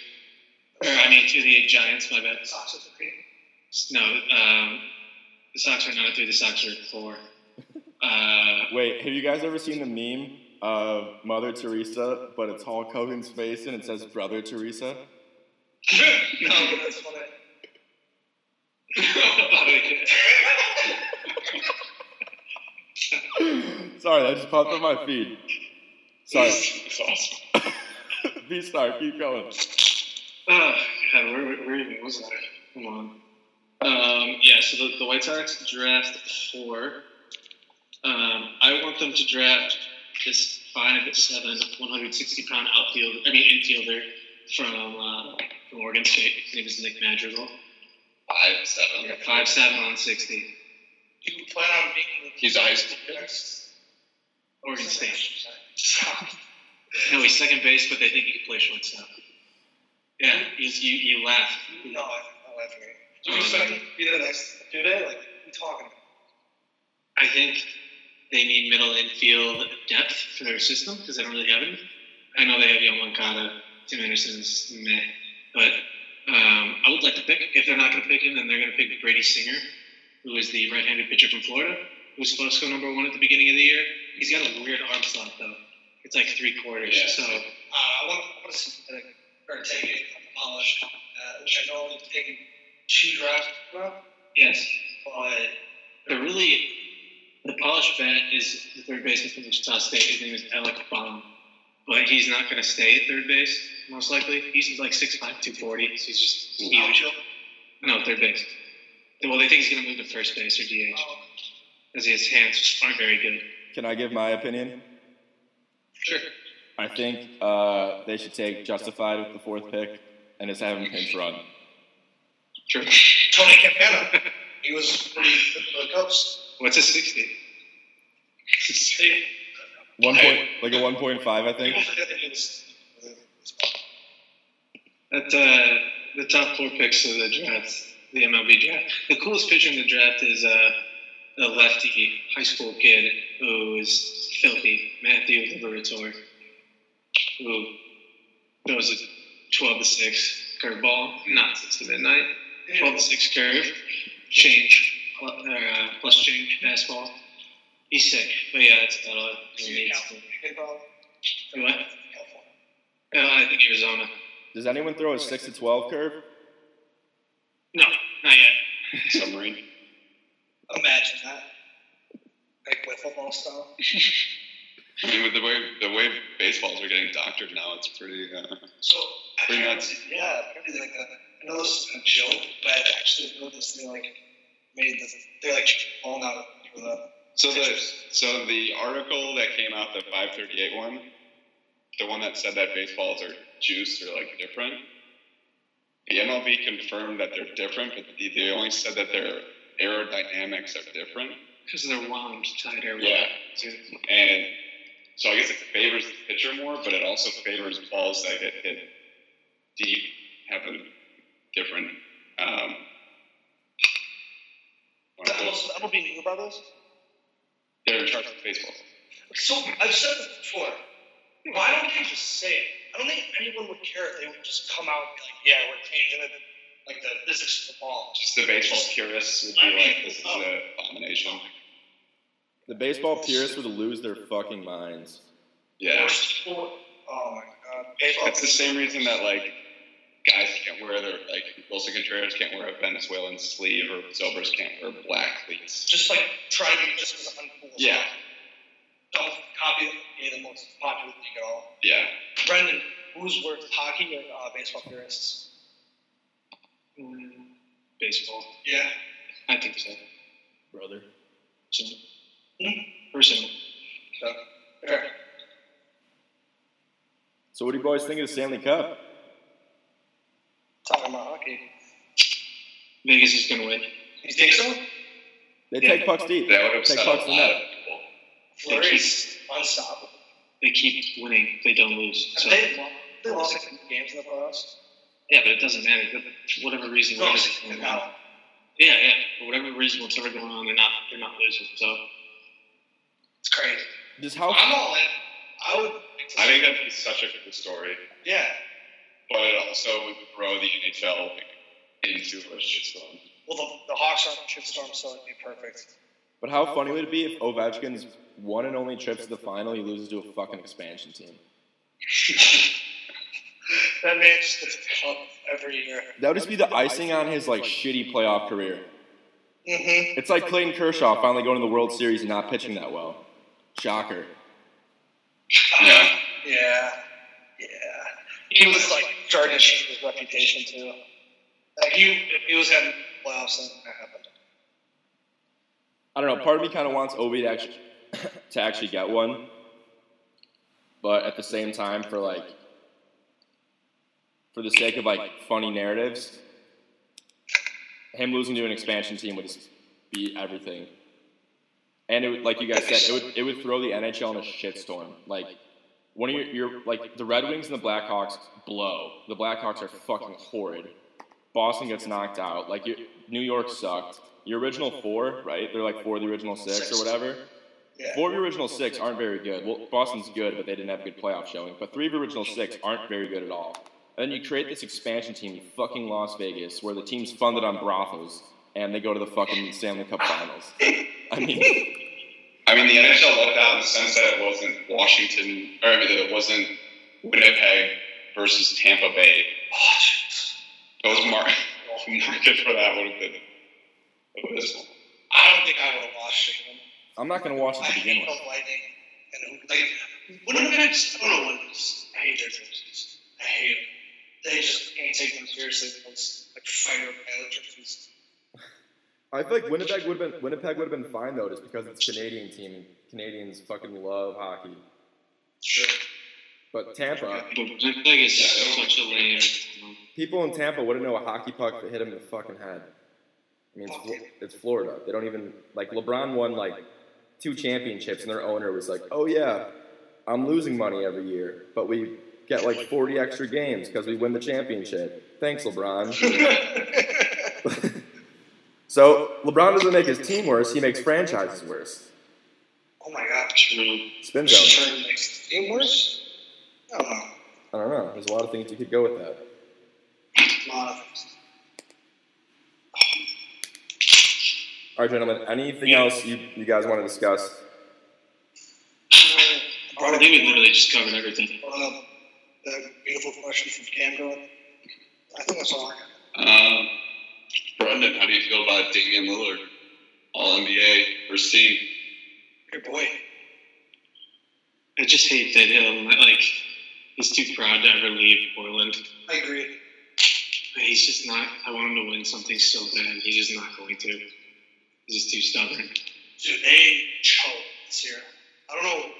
or I mean to the Giants. My bad.
Sox is okay.
No, um, the Sox are not at three. The Sox are at four. Uh,
Wait, have you guys ever seen the meme of Mother Teresa, but it's Hulk Hogan's face and it says Brother Teresa?
No, that's funny.
Sorry, that just popped on my feed. Sorry,
It's awesome.
V Star, keep going.
Oh, God, where, where, where even was I? Come on. Um, yeah, so the, the White Sox draft four. Um, I want them to draft this five at seven, 160 pound outfielder, I mean, infielder from, uh, from Oregon State. His name is Nick Madrigal.
Five seven.
Yeah, five seven on 60.
Do you plan on making the
He's a high school kid.
next
Oregon State.
Stop.
No, he's second base, but they think he can play shortstop. Yeah, you, you, you laugh.
No, I- I'm laughing at you. Do you expect him to be the next? Do they? Like, we talking about?
I think they need middle infield depth for their system because they don't really have any. I know they have Yohan Mankata, Tim Anderson's meh, but um, I would like to pick. If they're not going to pick him, then they're going to pick Brady Singer, who is the right-handed pitcher from Florida, who's supposed to go number one at the beginning of the year. He's got a weird arm slot though; it's like three quarters.
Yeah.
So
Uh, I want, I want to see if they- or take it polished, uh, which I know only taken two drafts now,
yes,
but
they're really the polished bat is the third baseman from Wichita State. His name is Alec Baum, but he's not going to stay at third base most likely. He's like 6'5", 240, so he's just huge.
outfield,
No, third base. Well, they think he's going to move to first base or DH
um,
because his hands just aren't very good.
Can I give my opinion?
Sure.
I think uh, they should take Justified with the fourth pick and just have him pinch run.
Sure.
Tony Campana. He was pretty good for the Cubs.
What's a 60?
One point, like a one point five, I think.
It was-
That's uh, the top four picks of the draft, the MLB draft. The coolest pitcher in the draft is uh, a lefty high school kid who is filthy, Matthew Liberatore, who throws a 12 to 6 curveball, not 6 to midnight, 12 to 6 curve, change, pl- or, uh, plus change fastball. He's sick, but yeah, that's about all he needs. What? Uh, I think Arizona.
Does anyone throw a six to twelve curve?
No, not yet.
Submarine.
Imagine that. Like with football style.
I mean, with the way the way baseballs are getting doctored now, it's pretty. Uh,
So
Pretty
apparently-
nuts.
yeah, apparently like the, I know this is a joke, but I actually noticed they like made the they like all uh, out for the
so the so the article that came out, the 538 one, the one that said that baseballs are juice or like different. The MLB confirmed that they're different, but they, they only said that their aerodynamics are different.
Because they're wound tighter.
Yeah. And so I guess it favors the pitcher more, but it also favors balls that get hit deep, have a different. Um,
that'll, that'll be new about this.
they're in charge of baseball.
So I've said this before. Why don't they just say it? I don't think anyone would care if they would just come out and be like, yeah, we're changing it, like the physics of the ball.
Just the baseball purists would be like, this is an abomination.
The baseball purists would lose their fucking minds.
Yeah.
Or- Oh my god. Baseball.
It's the same reason that, like, guys can't wear their, like, Wilson Contreras can't wear a Venezuelan sleeve or Zobers can't wear black cleats.
Just like try to make this as uncool. as
Yeah.
possible. Don't copy the, the most popular thing at all.
Yeah.
Brendan, who's worth hockey or uh, baseball purists?
Baseball.
Mm,
Yeah.
I think so.
Brother.
So- personally.
Hmm? So, fair.
So, what do you boys think of the Stanley Cup?
Talking about hockey.
Vegas is going to win.
You think so?
They
Yeah.
take pucks deep.
That would
They
upset
take
a
pucks in
lot of
net.
people.
Flurry's unstoppable.
They keep winning. They don't lose. So,
they, lo- they lost like two games in the playoffs.
yeah, but it doesn't matter. For whatever reason,
No,
whatever's
they're
going on.
not.
Yeah, yeah. For whatever reason, what's ever going on, they're not they're not losing. So
It's crazy.
Just how
I'm all in. I would.
I think that'd be such a cool story,
yeah.
but it also would throw the NHL like, into a shitstorm.
Well, the, the Hawks are on shitstorm, so it'd be perfect.
But how funny would it be if Ovechkin's one and only trip to the final, he loses to a fucking expansion team?
That man just gets a cup every year.
That would just be the icing on his like shitty playoff career.
Mm-hmm.
It's like Clayton Kershaw finally going to the World Series and not pitching that well. Shocker.
Yeah.
Yeah. Yeah. He was like tarnishing his reputation too. Like you, if he was having playoffs, then that happened.
I don't know. Part of me kind of wants Obi to actually to actually get one, but at the same time, for like for the sake of like funny narratives, him losing to an expansion team would just be everything. And it would, like you guys said, it would it would throw the NHL in a shitstorm. Like one of your, your like the Red Wings and the Blackhawks blow. The Blackhawks are fucking horrid. Boston gets knocked out. Like your, New York sucked. Your original four, right? They're like four of the original six or whatever.
Yeah.
Four of your original six aren't very good. Well, Boston's good, but they didn't have a good playoff showing. But three of your original six aren't very good at all. And then you create this expansion team in fucking Las Vegas, where the team's funded on brothels, and they go to the fucking Stanley Cup Finals. I mean,
I mean, the NHL let that in the sense that it wasn't Washington, or I mean, that it wasn't Winnipeg versus Tampa Bay. Those mar- market for that would have been abysmal.
I don't think I would have watched England.
I'm not gonna watch
I
it to begin
hate the
with.
lighting and who- like Winnipeg. I don't know Winnipeg. I hate their jerseys. I hate them. They just can't take them seriously. It's like fire pilot jerseys.
I feel like Winnipeg would have been Winnipeg would have been fine though, just because it's a Canadian team. Canadians fucking love hockey.
Sure.
But Tampa,
but Vegas is
Yeah.
such a lame. you know,
people in Tampa wouldn't know a hockey puck if it hit him in the fucking head. I mean, it's, Flo- it's Florida. They don't even like LeBron won like two championships, and their owner was like, "Oh yeah, I'm losing money every year, but we get like 40 extra games because we win the championship." Thanks, LeBron. so LeBron doesn't make his team worse; he makes franchises worse.
Oh my god.
true.
Spin zone.
Should turn next game worse. I don't know.
I don't know. There's a lot of things you could go with that.
A lot of things.
All right, gentlemen. Anything else you, you guys want to discuss?
I think we literally just covered everything.
brought up the beautiful question from Cam going. I think that's all I got.
Um, Brendan, how do you feel about Damian Lillard, All NBA first team?
Good boy.
I just hate that he'll like he's too proud to ever leave Portland.
I agree.
He's just not. I want him to win something so bad. He's just not going to. He's just too stubborn.
Dude, they choked this year. I don't know.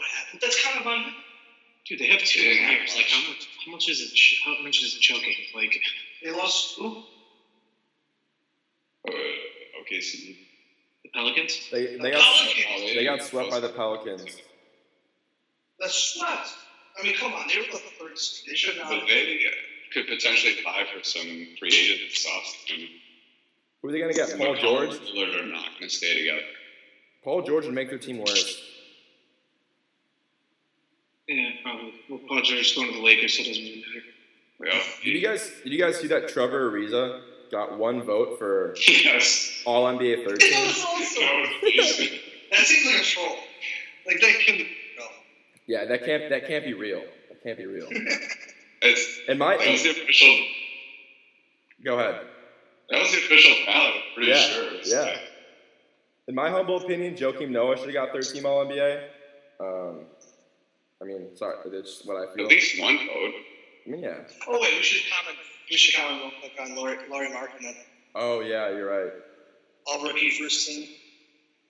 That's kind of on him.
Dude, they have two years. Like how much? How much is it? ch- How much is it choking? Like
They lost. Who?
Uh, OKC.
the Pelicans?
They they
The
got
Pelicans.
they got swept by the Pelicans.
That's swept. I mean, come on. They were the third seed. They should not.
But they could potentially buy for some creative stuff.
Who are they gonna get? Paul George.
Lillard are not going to stay together.
Paul George would make their team worse.
Yeah, probably. Well, Paul George is going to the Lakers, so it doesn't really matter.
Yeah.
Did you guys did you guys see that Trevor Ariza got one vote for
Yes.
All NBA third
That
team?
was awesome.
That
That seems like a troll. Like, that can be. No.
Yeah, that can't that can't be real. That can't be real.
it's,
And my
that was the official.
go ahead.
That was the official ballot. I'm pretty
Yeah,
sure. It's
yeah.
like-
In my humble opinion, Joakim Noah should have got third team All NBA. Um, I mean, sorry, that's just what I feel.
at least one vote.
I mean, yeah.
Oh, wait. We should comment. We should comment real quick on Laurie, Laurie Markman.
Oh yeah, you're right.
All rookie first team.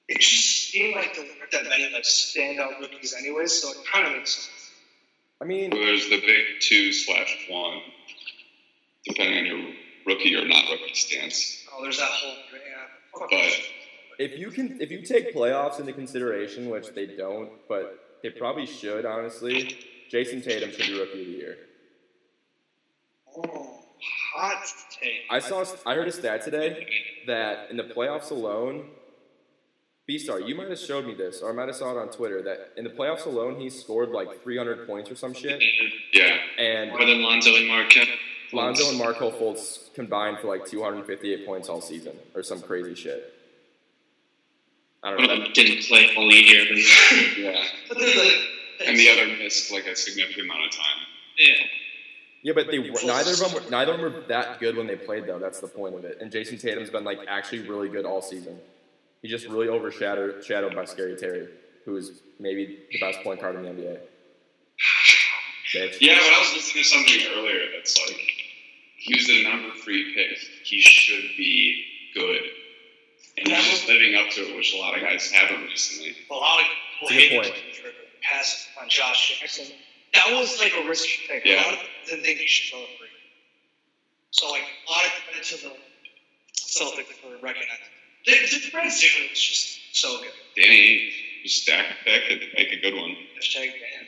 it just seemed like there weren't that many like standout rookies anyway, so it kind of makes sense.
I mean,
There's the big two slash one, depending on your rookie or not rookie stance.
Oh, there's that whole yeah.
But
if you can, if you take playoffs into consideration, which they don't, but they probably should, honestly. Jason Tatum should be rookie of the year.
Oh, hot take.
I saw, I heard a stat today that in the playoffs alone, B-Star, you might have showed me this, or I might have saw it on Twitter that in the playoffs alone he scored like 300 points or some shit,
yeah,
and
More than Lonzo and Marquette.
Lonzo and Markel Fultz combined for like 258 points all season or some crazy shit. I don't
One
know.
of
that-
them didn't play all year, but
yeah.
But there's like
And the other missed like a significant amount of time.
yeah.
Yeah, but they were- neither of them were neither of them were that good when they played though. That's the point of it. And Jason Tatum's been like actually really good all season. He just really overshadowed shadowed by Scary Terry, who's maybe the best point guard in the NBA. Bitch.
Yeah, but I was listening to something earlier that's like he was a number three pick. He should be good. And he's just living up to it, which a lot of guys haven't recently.
a lot of
It's
people
a good
hated him for passing on Josh Jackson. That was like a risky pick. A
Yeah.
lot of people didn't think he should go for it. So like a lot of credit to the Celtics for recognizing. The, the Brad Stevens was just so good.
Danny was stacked back and make a good one.
Hashtag man.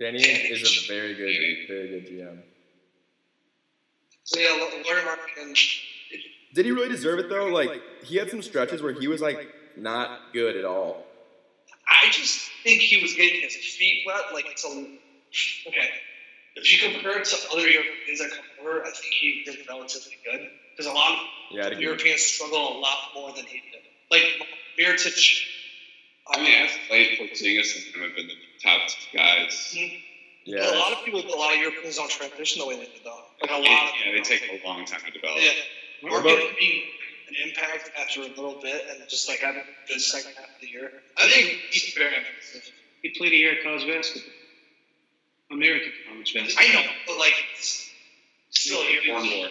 Danny Ainge is a very good, very good GM.
So yeah, Larry Markin.
Did he really deserve it though? Like he had some stretches where he was like not good at all.
I just think he was getting his feet wet. Like it's a okay. If you compare it to other Europeans that come over, I think he did relatively good because a lot of
Yeah, I'd agree.
Europeans struggle a lot more than he did. Like Miritich,
I mean, I've played Porzingis and him have been the top two guys.
a
Yeah,
lot of people, a lot of Europeans don't transition the way they did though. Like a lot.
Yeah,
of
they take a long time to develop.
Yeah, we were
What about-
getting being an impact after a little bit, and just like had a good second half of the year. I think he's very impressive.
He played a year at college basketball. American college basketball.
I know, but like it's still a year.
One more.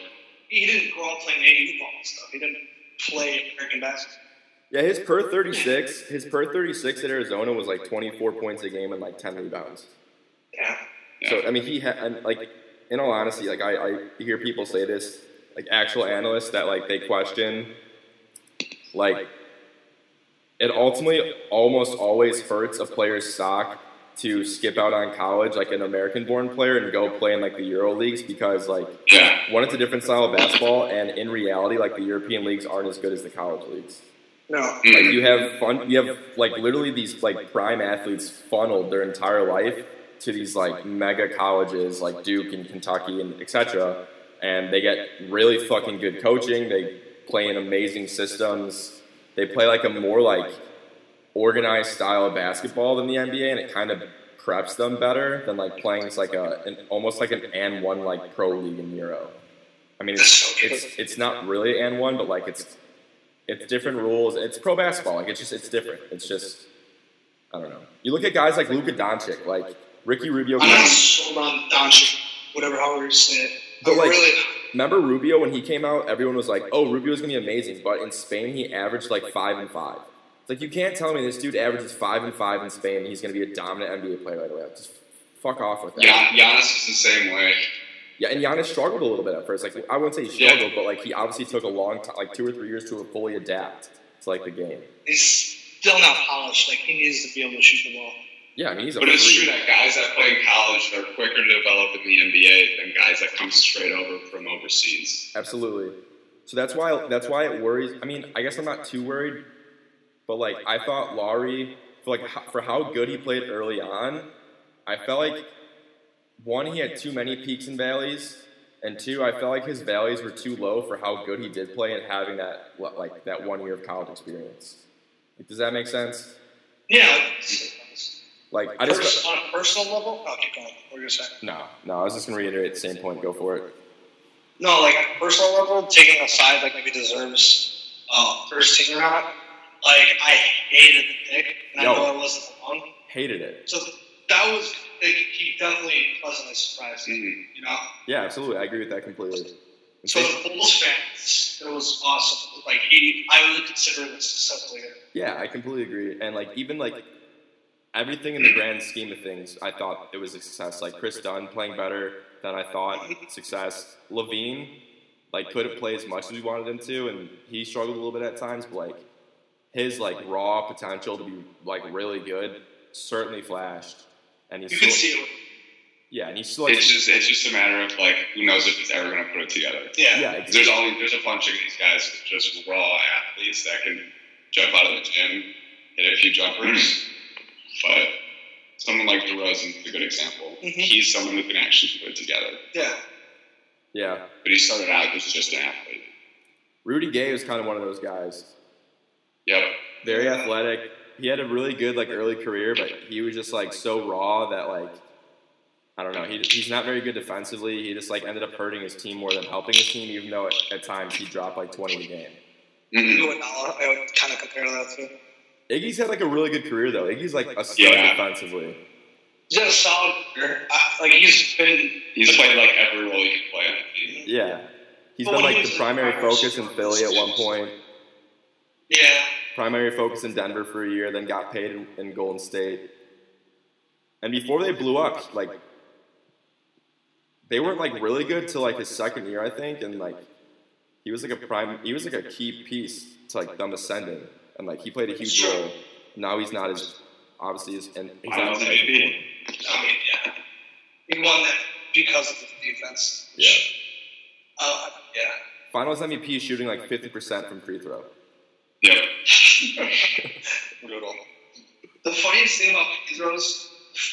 He didn't grow up playing AU ball and stuff. He didn't play American basketball.
yeah. His per thirty six, his per thirty six at Arizona was like twenty four points a game and like ten rebounds.
Yeah.
So I mean, he ha- and, like in all honesty, like I, I hear people say this, like actual analysts that like they question, like it ultimately almost always hurts a player's sock to skip out on college, like an American-born player, and go play in like the Euro leagues because like
Yeah.
one, it's a different style of basketball, and in reality, like the European leagues aren't as good as the college leagues.
No.
Mm.
Like you have fun, you have like literally these like prime athletes funneled their entire life to these like mega colleges like Duke and Kentucky and etc. And they get really fucking good coaching. They play in amazing systems. They play like a more like organized style of basketball than the NBA, and it kind of preps them better than like playing it's like a an, almost like an and one like pro league in Euro. I mean, it's it's it's not really and one, but like it's it's different rules. It's pro basketball. Like it's just it's different. It's just I don't know. You look at guys like Luka Doncic, like Ricky Rubio.
I'm not sold on Doncic, whatever however you say it.
But,
I'm
like-
really not.
Remember Rubio when he came out? Everyone was like, "Oh, Rubio's gonna be amazing," but in Spain he averaged like five and five. It's like you can't tell me this dude averages five and five in Spain. and He's gonna be a dominant NBA player right away. Just fuck off with that.
Gian- Giannis is the same way.
Yeah, and Giannis struggled a little bit at first. Like I wouldn't say he
Yeah.
struggled, but like he obviously took a long time, like two or three years to fully adapt to like the game.
He's still not polished. Like he needs to be able to shoot the ball.
Yeah, I mean he's a
But it's true
freak.
that guys that play in college are quicker to develop in the NBA than guys that come straight over from overseas.
Absolutely. So that's why that's why it worries. I mean, I guess I'm not too worried, but like I thought Laurie for like ho- for how good he played early on, I felt like one he had too many peaks and valleys, and two I felt like his valleys were too low for how good he did play and having that like that one year of college experience. Like, does that make sense?
Yeah.
Like I just.
Pers- on a personal level, no, keep going. What were you saying?
No, no, I was just gonna reiterate the same point. Go for it.
No, like on a personal level, taking aside like if he deserves uh, first team or not, like I hated the pick, and
Yo.
I know I wasn't alone.
Hated it.
So that was
Mm-hmm.
like, he definitely pleasantly surprised me. You know,
Yeah, absolutely. I agree with that completely.
So the Bulls fans, it was awesome. Like he, I would consider him a success player.
Yeah, I completely agree. And like even like everything in the grand scheme of things, I thought it was a success. Like Chris Dunn playing better than I thought, success. Levine like couldn't play as much as we wanted him to, and he struggled a little bit at times. But like his like raw potential to be like really good certainly flashed, and he's
You can
still,
see it.
yeah, and he's still like
It's just it's just a matter of like who knows if it's ever gonna put it together.
Yeah.
yeah, exactly.
There's all there's a bunch of these guys who are just raw athletes that can jump out of the gym, hit a few jumpers. but someone like DeRozan is a good example.
Mhm.
He's someone who can actually put it together.
Yeah.
yeah.
But he started out as just an athlete.
Rudy Gay was kind of one of those guys.
Yep.
Very athletic. He had a really good like early career, but he was just like so raw that like I don't know. He, he's not very good defensively. He just like ended up hurting his team more than helping his team, even though at, at times he dropped like 20 a game.
Mhm.
You would not- I would kind of compare that to.
Iggy's had like a really good career though. Iggy's like a stud
Yeah.
defensively.
He's had a solid career. I, like he's been.
He's played like every role you can play on the team.
Yeah, he's
But
been
when
like
he
the
was-
primary focus in Philly at one point,
Yeah.
primary focus in Denver for a year, then got paid in, in Golden State. And before they blew up, like they weren't like really good till like his second year, I think, and like he was like a prime, he was like a key piece to like them ascending, and like he played a huge role. Now he's not as obviously as and he's not
Finals
as-
MVP.
I mean, yeah. He won that because of the defense.
Yeah.
Uh, yeah.
Finals MVP shooting like fifty percent from free throw.
Yep.
Brutal. The funniest thing about free throws,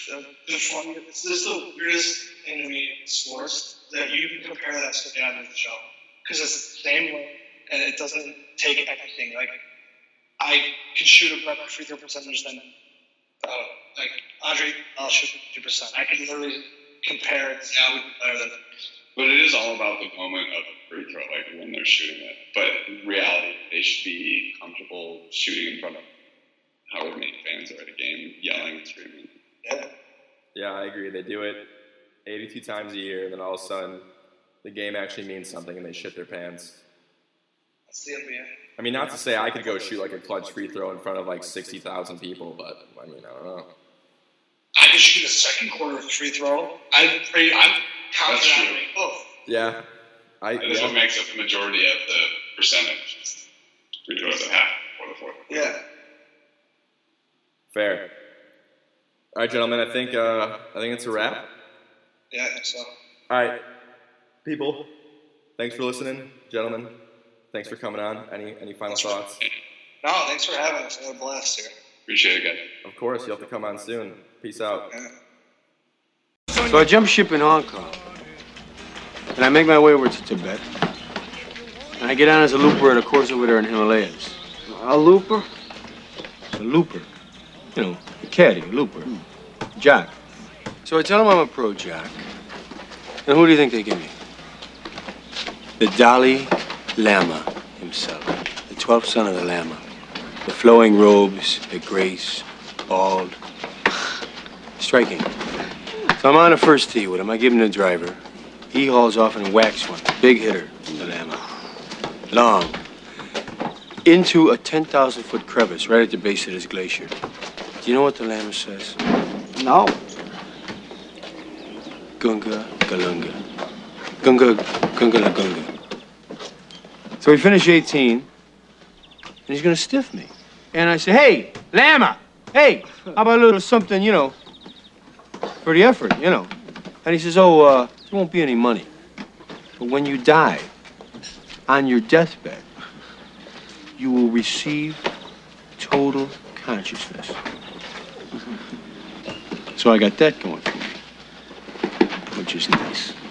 the, the funny, this is the weirdest thing to me in sports that you can compare that to the average Joe because it's the same way and it doesn't take anything. Like I can shoot a better free throw percentage than uh, like Andre. I'll shoot fifty percent. I can literally compare it. Yeah, I would be better than
But it is all about the moment of the free throw, like when they're shooting it. But in reality, they should be comfortable shooting in front of however many fans are at a game, yelling and screaming.
yeah.
Yeah, I agree. They do it 82 times a year, and then all of a sudden, the game actually means something, and they shit their pants.
That's the NBA.
I mean, not to say I could go shoot like a clutch free throw in front of like 60,000 people, but I mean, I don't know.
I could shoot a second quarter free throw. I'm pretty. I'm confident. I
true.
make both.
Yeah, I
That is
yeah.
what makes up the majority of the percentage. Free throws that happen before the fourth.
Yeah.
fair. All right, gentlemen, I think uh, I think it's a wrap.
Yeah. So.
All right, people, thanks for listening, gentlemen. Thanks for coming on. Any any final thoughts?
No, thanks for having us. I had a blast here.
Appreciate it, guys.
Of course, you will have to come on soon. Peace out.
So I jump ship in Hong Kong. And I make my way over to Tibet. And I get on as a looper at a course over there in Himalayas. A looper? A looper. You know, a caddy, a looper. Jock. So I tell him I'm a pro jock. And who do you think they give me? The Dalai Lama himself, the 12th son of the Lama. The flowing robes, the grace, bald. Striking. So I'm on the first tee with him. I give him the driver. He hauls off and whacks one. Big hitter, the Lama. Long. Into a 10,000 foot crevice right at the base of this glacier. Do you know what the Lama says? No. Gunga Galunga. Gunga Gunga La Gunga. So we finish 18, and he's gonna stiff me. And I say, hey, Lama, hey, how about a little something, you know, for the effort, you know. And he says, Oh, uh, there won't be any money. But when you die, on your deathbed, you will receive total consciousness. So I got that going for me, which is nice.